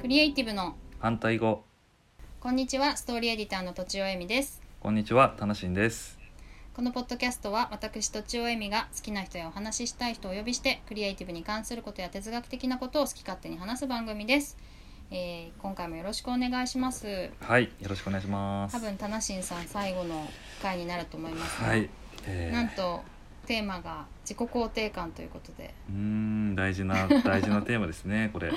クリエイティブの反対語こんにちはストーリーエディターのとちおえみですこんにちはたなしんですこのポッドキャストは私とちおえみが好きな人やお話ししたい人をお呼びしてクリエイティブに関することや哲学的なことを好き勝手に話す番組です、えー今回もよろしくお願いしますはいよろしくお願いします多分たなしんさん最後の回になると思いますがはい、えー、なんとテーマが自己肯定感ということでうーん大事 な大事なテーマですねこれ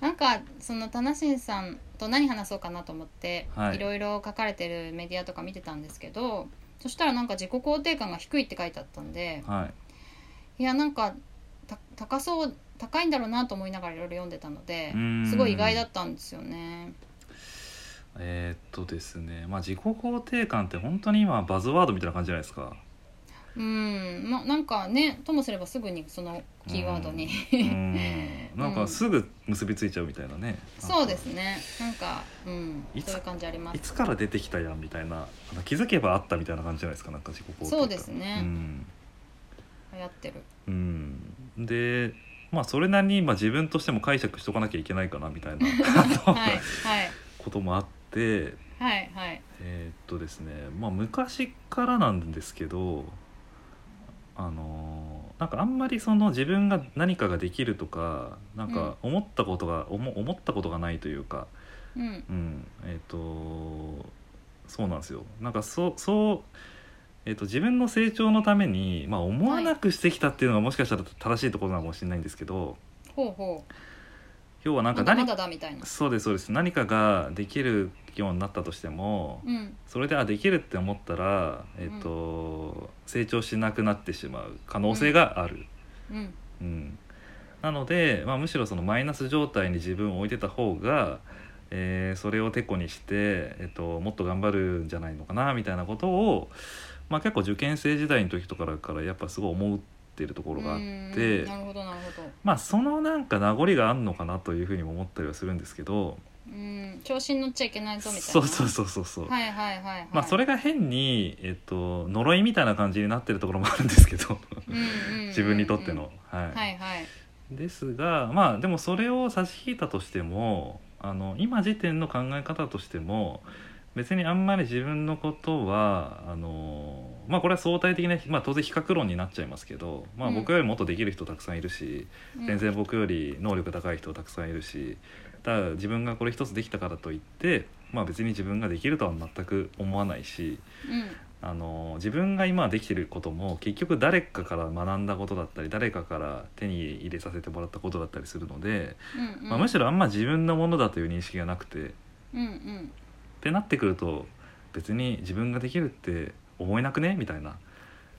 なんかそのたなしんさんと何話そうかなと思って、はいい、ろいろ書かれてるメディアとか見てたんですけどそしたらなんか自己肯定感が低いって書いてあったんではいやなんかた高そう高いんだろうなと思いながらいろいろ読んでたのでうーんすごい意外だったんですよね。いえー、っとですねまあ自己肯定感って本当に今バズワードみたいな感じじゃないですかうんまなんかねともすればすぐにそのキーワードに うーんなんかすぐ結びついちゃうみたいなね、そうですねなんか、うん、いつそういう感じありまいす。つから出てきたやんみたいなあの気づけばあったみたいな感じじゃないですかなんか自己肯定感そうですねうん流行ってるうん、でまあそれなりにまあ自分としても解釈しとかなきゃいけないかなみたい な はいはいこともあってはいはいえーっとですねまあ昔からなんですけどあのーなんかあんまりその自分が何かができるとかなんか思ったことが、思思ったことがないというか、うんうん、えっ、とそうなんですよなんかそうそう、えー、と自分の成長のために、まあ、思わなくしてきたっていうのがもしかしたら正しいところなのかもしれないんですけど、ほうほう要はなんまかだ何まだだみたいな。そうですそうです何かができるようになったとしても、うんそれであできるって思ったら、えっと成長しなくなってしまう可能性がある。うんうん、なので、まあ、むしろそのマイナス状態に自分を置いてた方が、えーそれをてこにして、えっと、もっと頑張るんじゃないのかなみたいなことを、まあ、結構受験生時代の時とかからやっぱすごい思ってるところがあっうてんなるほどなるほどまあそのなんか名残があるのかなというふうにも思ったりはするんですけどうん調子に乗っちゃいけないぞみたいなそうそうそうそうそう。はいはいはいはいまあ、それが変に、えっと、呪いみたいな感じになってるところもあるんですけど 自自分にとっての、はいはいですがまあでもそれを差し引いたとしてもあの今時点の考え方としても別にあんまり自分のことはあのまあこれは相対的な、まあ、当然比較論になっちゃいますけど、まあ、うん僕よりもっとできる人たくさんいるし、うん全然僕より能力高い人たくさんいるしだから自分がこれ一つできたからといって、まあ、別に自分ができるとは全く思わないし。あの自分が今できてることも結局誰かから学んだことだったり誰かから手に入れさせてもらったことだったりするので、うんうんうんまあ、むしろあんま自分のものだという認識がなくてっうんうんてなってくると別に自分ができるって思えなくねみたいな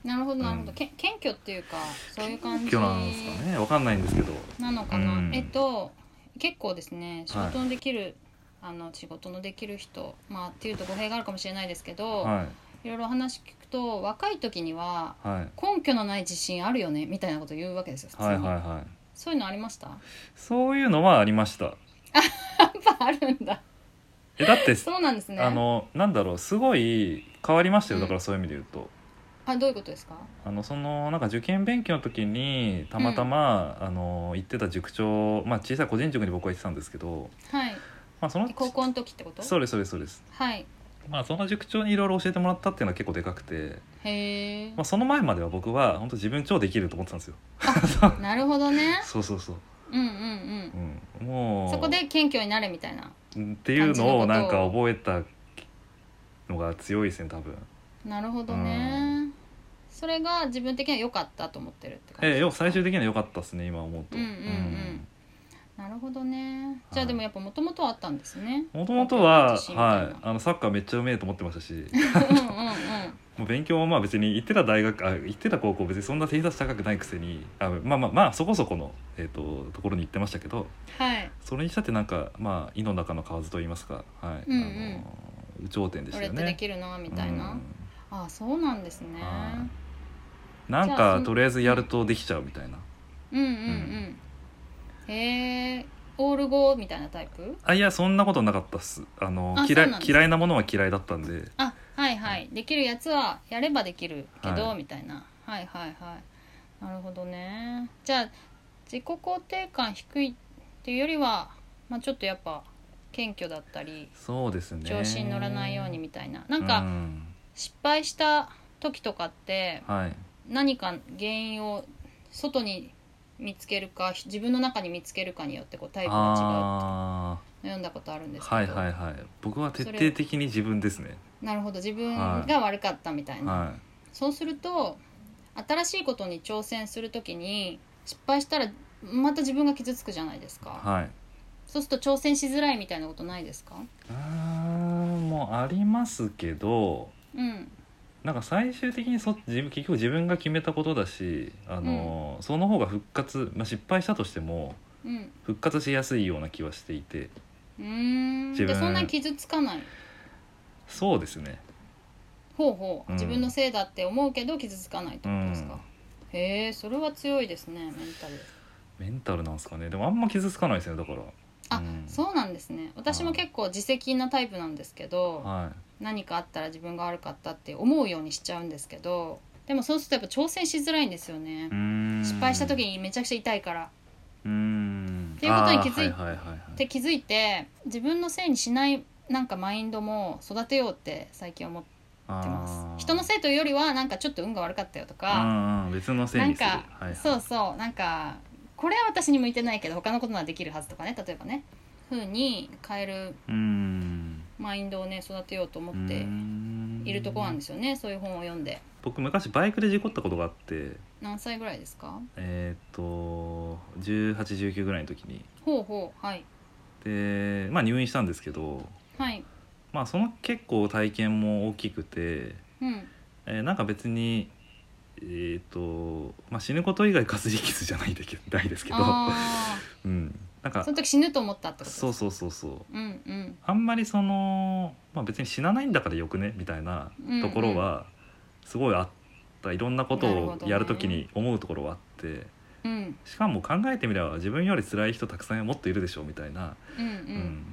なるほどなるほど、うんけ謙虚っていうかそういう感じ今日なんですかねわかんないんですけどなのかな、うんえっと結構ですね仕はい事のできる、あの仕事のできる人まあっていうと語弊があるかもしれないですけど、、はい、ろいろ話聞くと若い時にはいはい、根拠のない自信あるよねみたいなこと言うわけですよ普通に、はいはいはいそういうのありました そういうのはありましたやっぱあるんだえだって、そうなんですねあのなんだろうすごい変わりましたようんだからそういう意味で言うと。あどういうことですかあのそのなんか受験勉強の時にたまたま、あの行ってた塾長、まあ、小さい個人塾に僕は行ってたんですけど、はいまあ、その高校の時ってことそうですそうですそうです、はいまあ、その塾長にいろいろ教えてもらったっていうのは結構でかくて、へえまあ、その前までは僕は本当自分超できると思ってたんですよなるほどねそうそうそう、うんうんうん、うもんうそこで謙虚になれみたいなっていうのをなんか覚えたのが強いですね多分なるほどうねそれが自分的には良かったと思ってるって感じええよ最終的には良かったですね今思うとうんうんうんなるほどねじゃあはいでもやっぱもともとはあったんです ねもともとは、謙虚なはい、あのサッカーめっちゃうめえと思ってましたし自信みたいなうんうんうんもう勉強もまあ別に行ってた大学あ行ってた高校別にそんな偏差値高くないくせにあまあまあまあそこそこの、えー、とところに行ってましたけどはいそれにしたってなんかまあ井の中の蛙といいますか、はいうんうんあの頂点でしこたれっよてでね。きるなみたいな、うんあそうなんですねはいなんじゃあそかのとりあえずやるとできちゃうみたいな。うんうんうんへえオール5みたいなタイプあいやそんなことなかったっす。あのあ嫌そういなんです嫌いなものは嫌いだったんで。あはいはいできるやつはやればできるけど、はいみたいなはいはいはいなるほどねじゃあ自己肯定感低いっていうよりはまあ、ちょっとやっぱ謙虚だったりそうですね調子に乗らないようにみたいななんうかん失敗した時とかってはい何か原因を外に見つけるか自分の中に見つけるかによってこうタイプが違うあって読んだことあるんーですけど、はいはいはい僕は徹底的に自分ですねなるほど自分が悪かったみたいな、はそうすると新しいことに挑戦するときに失敗したらまた自分が傷つくじゃないですか、いはいそうすると挑戦しづらいみたいなことないですかうーんもうありますけどうんなんか最終的にそ自分結局自分が決めたことだしあの、その方が復活、まあ、失敗したとしてもうん復活しやすいような気はしていてうーん自で分そんなに傷つかないそうですねほうほううん自分のせいだって思うけど傷つかないってことですか、へえそれは強いですねメンタルメンタルなんですかねでもあんま傷つかないですねだからあ、うんそうなんですね私も結構自責なタイプなんですけどは何かあったら自分が悪かったって思うようにしちゃうんですけどでもそうするとやっぱ挑戦しづらいんですよねい、うーん失敗した時ににめちゃくちゃ痛いからうーんっていうことに気づいあーはいはいはいはいって気づいて自分のせいにしないなんかマインドも育てようって最近思ってまあーす人のせいというよりはなんかちょっと運が悪かったよとうか、んうん別のせいなんにするか、はいはい、そうそうなんかこれは私に向いてないけど他のことならできるはずとかね例えばねふうに変えるうーんマインドをね育てようと思うーってんいるところなんですすよねそういう本を読んで僕昔バイクで事故ったことがあって何歳ぐらいですかえーっと1819ぐらいの時にほうほうはいでまあ入院したんですけどはいまあその結構体験も大きくて、うんえーなんか別にえーっと、まあ、死ぬこと以外かすり傷じゃないんだけどないですけど、あうん、なあんかその時死ぬと思ったってことですそうかそうそうそううんうんあんまりその、まあ、別に死なないんだからよくねみたいなところはすごいあった、いろんなことなるほをどねやるときに思うところはあってうんしかも考えてみれば自分より辛い人たくさんもっといるでしょうみたいな、うんううん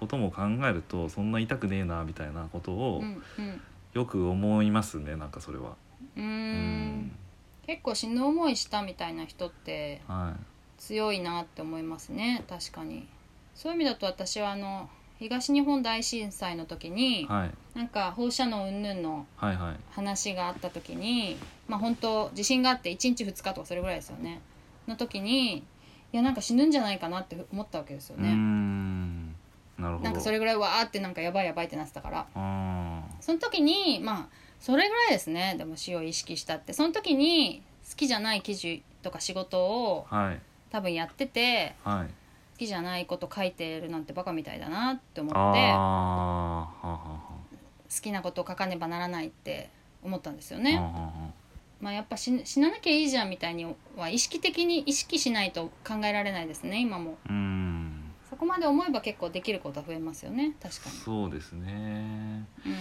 ことも考えるとそんな痛くねえなみたいなことうをんうんよく思いますねなんかそれは。うーうん結構死ぬ思いしたみたいな人ってはい強いなって思いますね確かにそういう意味だと私はあの東日本大震災の時に、はいなんか放射能云々のはいはい話があった時にまあ本当地震があって1日2日とかそれぐらいですよねの時にいやなんか死ぬんじゃないかなって思ったわけですようーね、んなるほどなんかそれぐらいわーってなんかやばいやばいってなってたからあその時にまあそれぐらいですねでも死を意識したってその時に好きじゃない記事とか仕事をーはい多分やっててはい好きじゃないこと書いてるなんてバカみたいだなって思あーってはあは好きなことを書かねばならないって思ったんですよあはあね。はあはあまあやっぱ死死ななきゃいいじゃんみたいには意識的に意識しないと考えられないですね今もうーんそこまで思えば結構できることは増えますよね確かそうですねに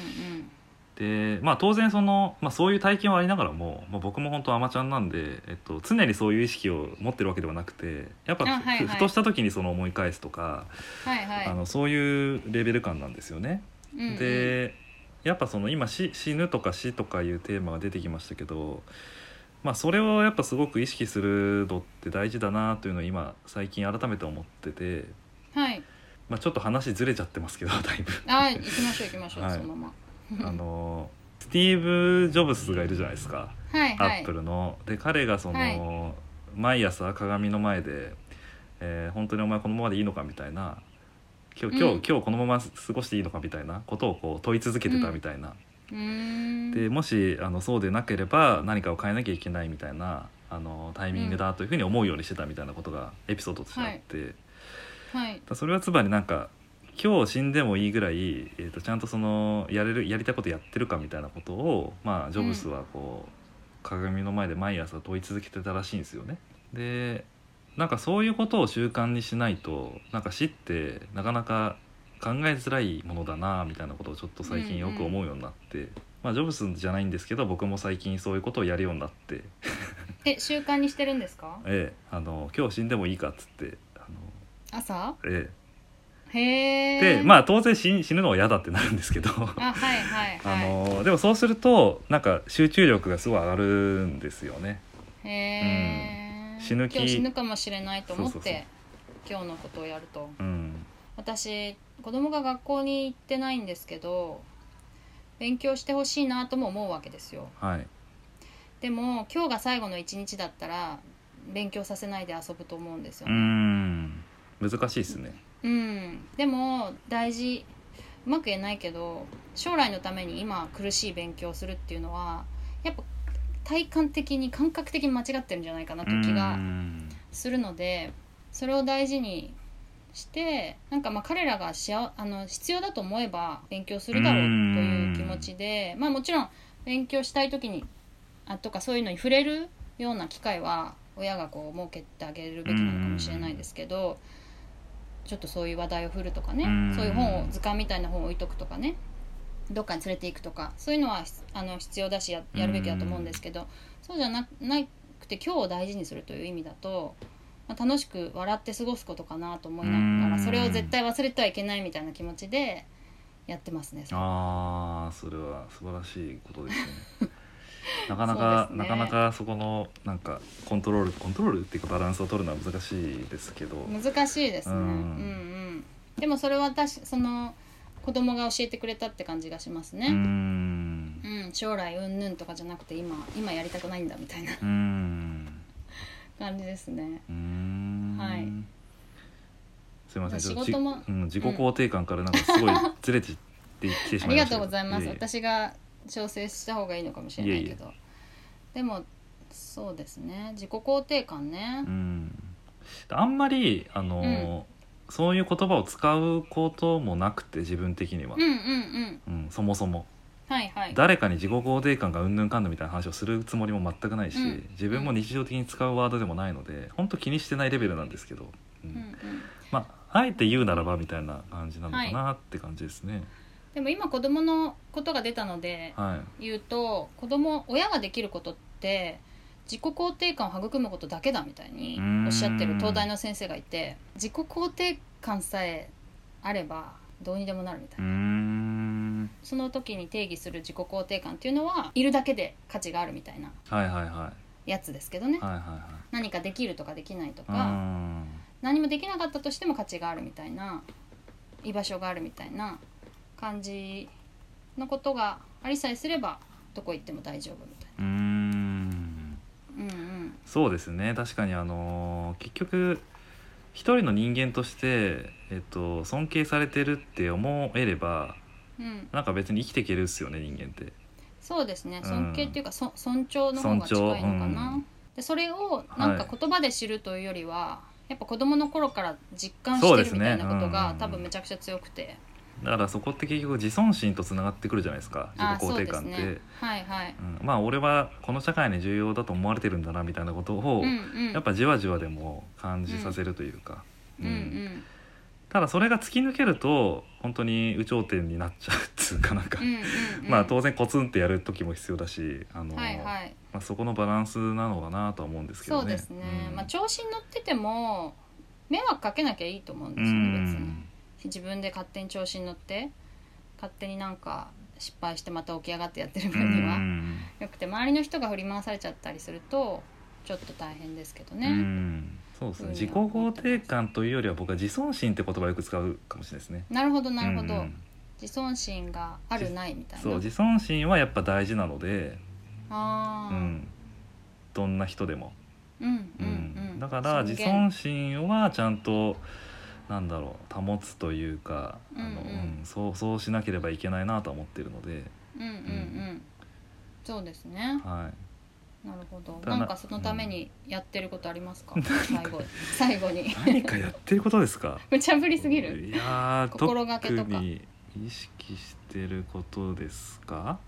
うんでまあ当然その、まあ、そういう体験はありながらも、まあ、僕も本当アマちゃんなんで、えっと、常にそういう意識を持ってるわけではなくてやっぱふ,、あはいはいふとした時にその思い返すとか、はいはいあのそういうレベル感なんですよね。うんうんでやっぱその今死死ぬとか死とかいうテーマが出てきましたけど、まあ、それをやっぱすごく意識するのって大事だなというのを今最近改めて思ってて、はいまあ、ちょっと話ずれちゃってますけどだいぶ。あ行きましょう行きましょう、はいそのままあのスティーブ・ジョブスがいるじゃないですか、はいはアッいプルの。で彼がその、はい毎朝鏡の前で、えー本当にお前このままでいいのか」みたいな「今日今日、うん今日このまま過ごしていいのか」みたいなことをこう問い続けてたみたいな。うーんでもしあのそうでなければ何かを変えなきゃいけないみたいなあのタイミングだというふうに思うようにしてたみたいなことがエピソードとしてあって。はいだそれはつまりなんか今日死んでもいいぐらい、えー、とちゃんとそのやれるやりたいことやってるかみたいなことを、まあ、ジョブスはこう、鏡の前で毎朝問い続けてたらしいんですよね。でなんかそういうことを習慣にしないとなんか死ってなかなか考えづらいものだなみたいなことをちょっと最近よく思うようになって、まあ、ジョブスじゃないんですけど僕も最近そういうことをやるようになって、え習慣にしてるんですかええ、あの今日死んでもいいかっつってあ朝の、ええ、へえでまあ当然死死ぬのは嫌だってなるんですけどあはいはいあはのでもそうするとなんか集中力がすごい上がるんですよね。いへえ、うん死ぬ気今日死ぬかもしれないと思っそうそうて教のことをやるとうん私子供が学校に行ってないんですけど勉強してほしいなとも思うわけですよはいでも今日が最後の一日だったら勉強させないで遊ぶと思うんですようね、ん難しいですねうん、でも大事うまく言えないけど将来のために今苦しい勉強をするっていうのはやっぱ体感的に感覚的に間違ってるんじゃないかなと気うがんするのでそれを大事にしてなんかまあ彼らがしあの必要だと思えば勉強するだろうという気持ちでまあもちろん勉強したい時にあとかそういうのに触れるような機会は親がこう設けてあげるべきなのかもしれないですけどちょっとそういう話題を振るとかねうんそういう本を図鑑みたいな本を置いとくとかねどっかに連れていくとかそういうのはひあの必要だしややるべきだと思うんですけどそうじゃななくて今日を大事にするという意味だと、まあ、楽しく笑って過ごすことかなと思いながうらんそれを絶対忘れてはいけないみたいな気持ちでやってますね。ああそれは素晴らしいことですね なかなか、そうでなすねかなかそこのなんかコントロールコントロールっていうかバランスを取るのは難しいですけど、難しいですね、ううんんうん、でもそれは私その子供が教えてくれたって感じがしますうーね、んうん将来うんぬんとかじゃなくて今今やりたくないんだみたいな うーん感じですねうーんはいすいませんちょっと仕事もじうん、自己肯定感からなんかすごいずれてってきてしあまりいがましたけどとうございますええ私が調整した方がいいのかもしれないけどでもそうですね自己肯定感ねうん、あんまりあのー、そういう言葉を使うこともなくて自分的にはうん、うんうんうんそもそもはいはい誰かに自己肯定感がうんぬんかんぬんみたいな話をするつもりも全くないし、うん自分も日常的に使うワードでもないので本当気にしてないレベルなんですけど、うんうんうんまああえて言うならばみたいな感じなのかなって感じですね。でも今子供のことが出たのではい、言うと子供親ができることって自己肯定感を育むことだけだみたいにおっしゃってる東大の先生がいて自己肯定感さえあればどうにでもなるみたいうーな、んその時に定義する自己肯定感っていうのはいるだけで価値があるみたいなはいはいはやつですけどねいはいはいは何かできるとかできないというか、ーん何もできなかったとしても価値があるみたいな居場所があるみたいな感じのことがありさえすればどこ行っても大丈夫みたいうーな。うんうんんそうですね確かにあのー結局一人の人間として、えっと、尊敬されてるって思えればうん、なんか別に生きていけるっすよね人間って。そうですねうん尊敬っていうか、そ尊重の方が近いのかな、尊重うんでそれをなんかは言葉で知るというよりは、やっぱ子どもの頃から実感そしうてでするねみたいなことが、うんうん多分めちゃくちゃ強くてだからそこって結局自尊心とつながってくるじゃないですかあ自己あーそ肯う定で感すって、ねはいはい、うん、まあ俺はこの社会に重要だと思われてるんだなみたいなことを、うんうん、やっぱじわじわでも感じさせるというか、うんうんただそれが突き抜けると本当に有頂天になっちゃうっていうかなんか、うんうんうん まあ当然コツンってやる時も必要だし、あのはいはいまあ、そこのバランスなのかなとは思うんですけどね。そうですね、うんまあ調子に乗ってても迷惑かけなきゃいいと思うんうですよね別にん自分で勝手に調子に乗って勝手になんか失敗してまた起き上がってやってる分にうはんよくて周りの人が振り回されちゃったりするとちょっと大変ですけどうね、んそうですねうん自己肯定感というよりは僕は自尊心って言葉をよく使うかもしれないですね。なるほどなるほど、うん自尊心があるないみたいなそう自尊心はやっぱ大事なので、あうーん、どんな人でも、うんううんんうんだから尊自厳尊心はちゃんとなんだろう保つというかあの、うんうんうんそうそうしなければいけないなとは思ってるので、うんうんうんそうですね はい、なるほどただなんかそのためにやってることありますか、最 後最後に何かやってることですか無茶ぶりすぎるいやー心がけとか特に意識してることですか、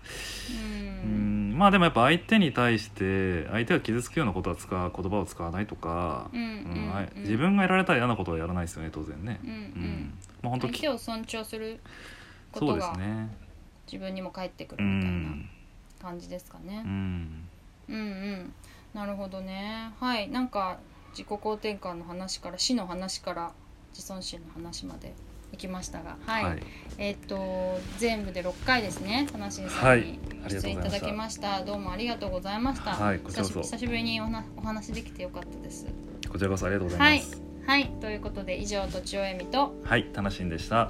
ううんん、まあでもやっぱ相手に対して相手が傷つくようなことは使う言葉を使わないとか、うんうんうんあいうん自分がやられたら嫌なことはやらないですよね当然ね。うんううんんまあ、本当相き手を尊重するこそうとですがね。自分にも返ってくう、るみたいなん感じですかねう。ん、うんうんなるほどね。はいなんか自己肯定感の話から死の話から自尊心の話まで行きましたが、はい、はい、えっ、と全部で6回ですね。田中はさんいに出演いただきました。どうもありがとうございました。はいこちら久こしそ久しぶりにおなお話できてよかったです。こちらこそありがとうございます。はいはいということで以上とちおえみとはい楽しんでした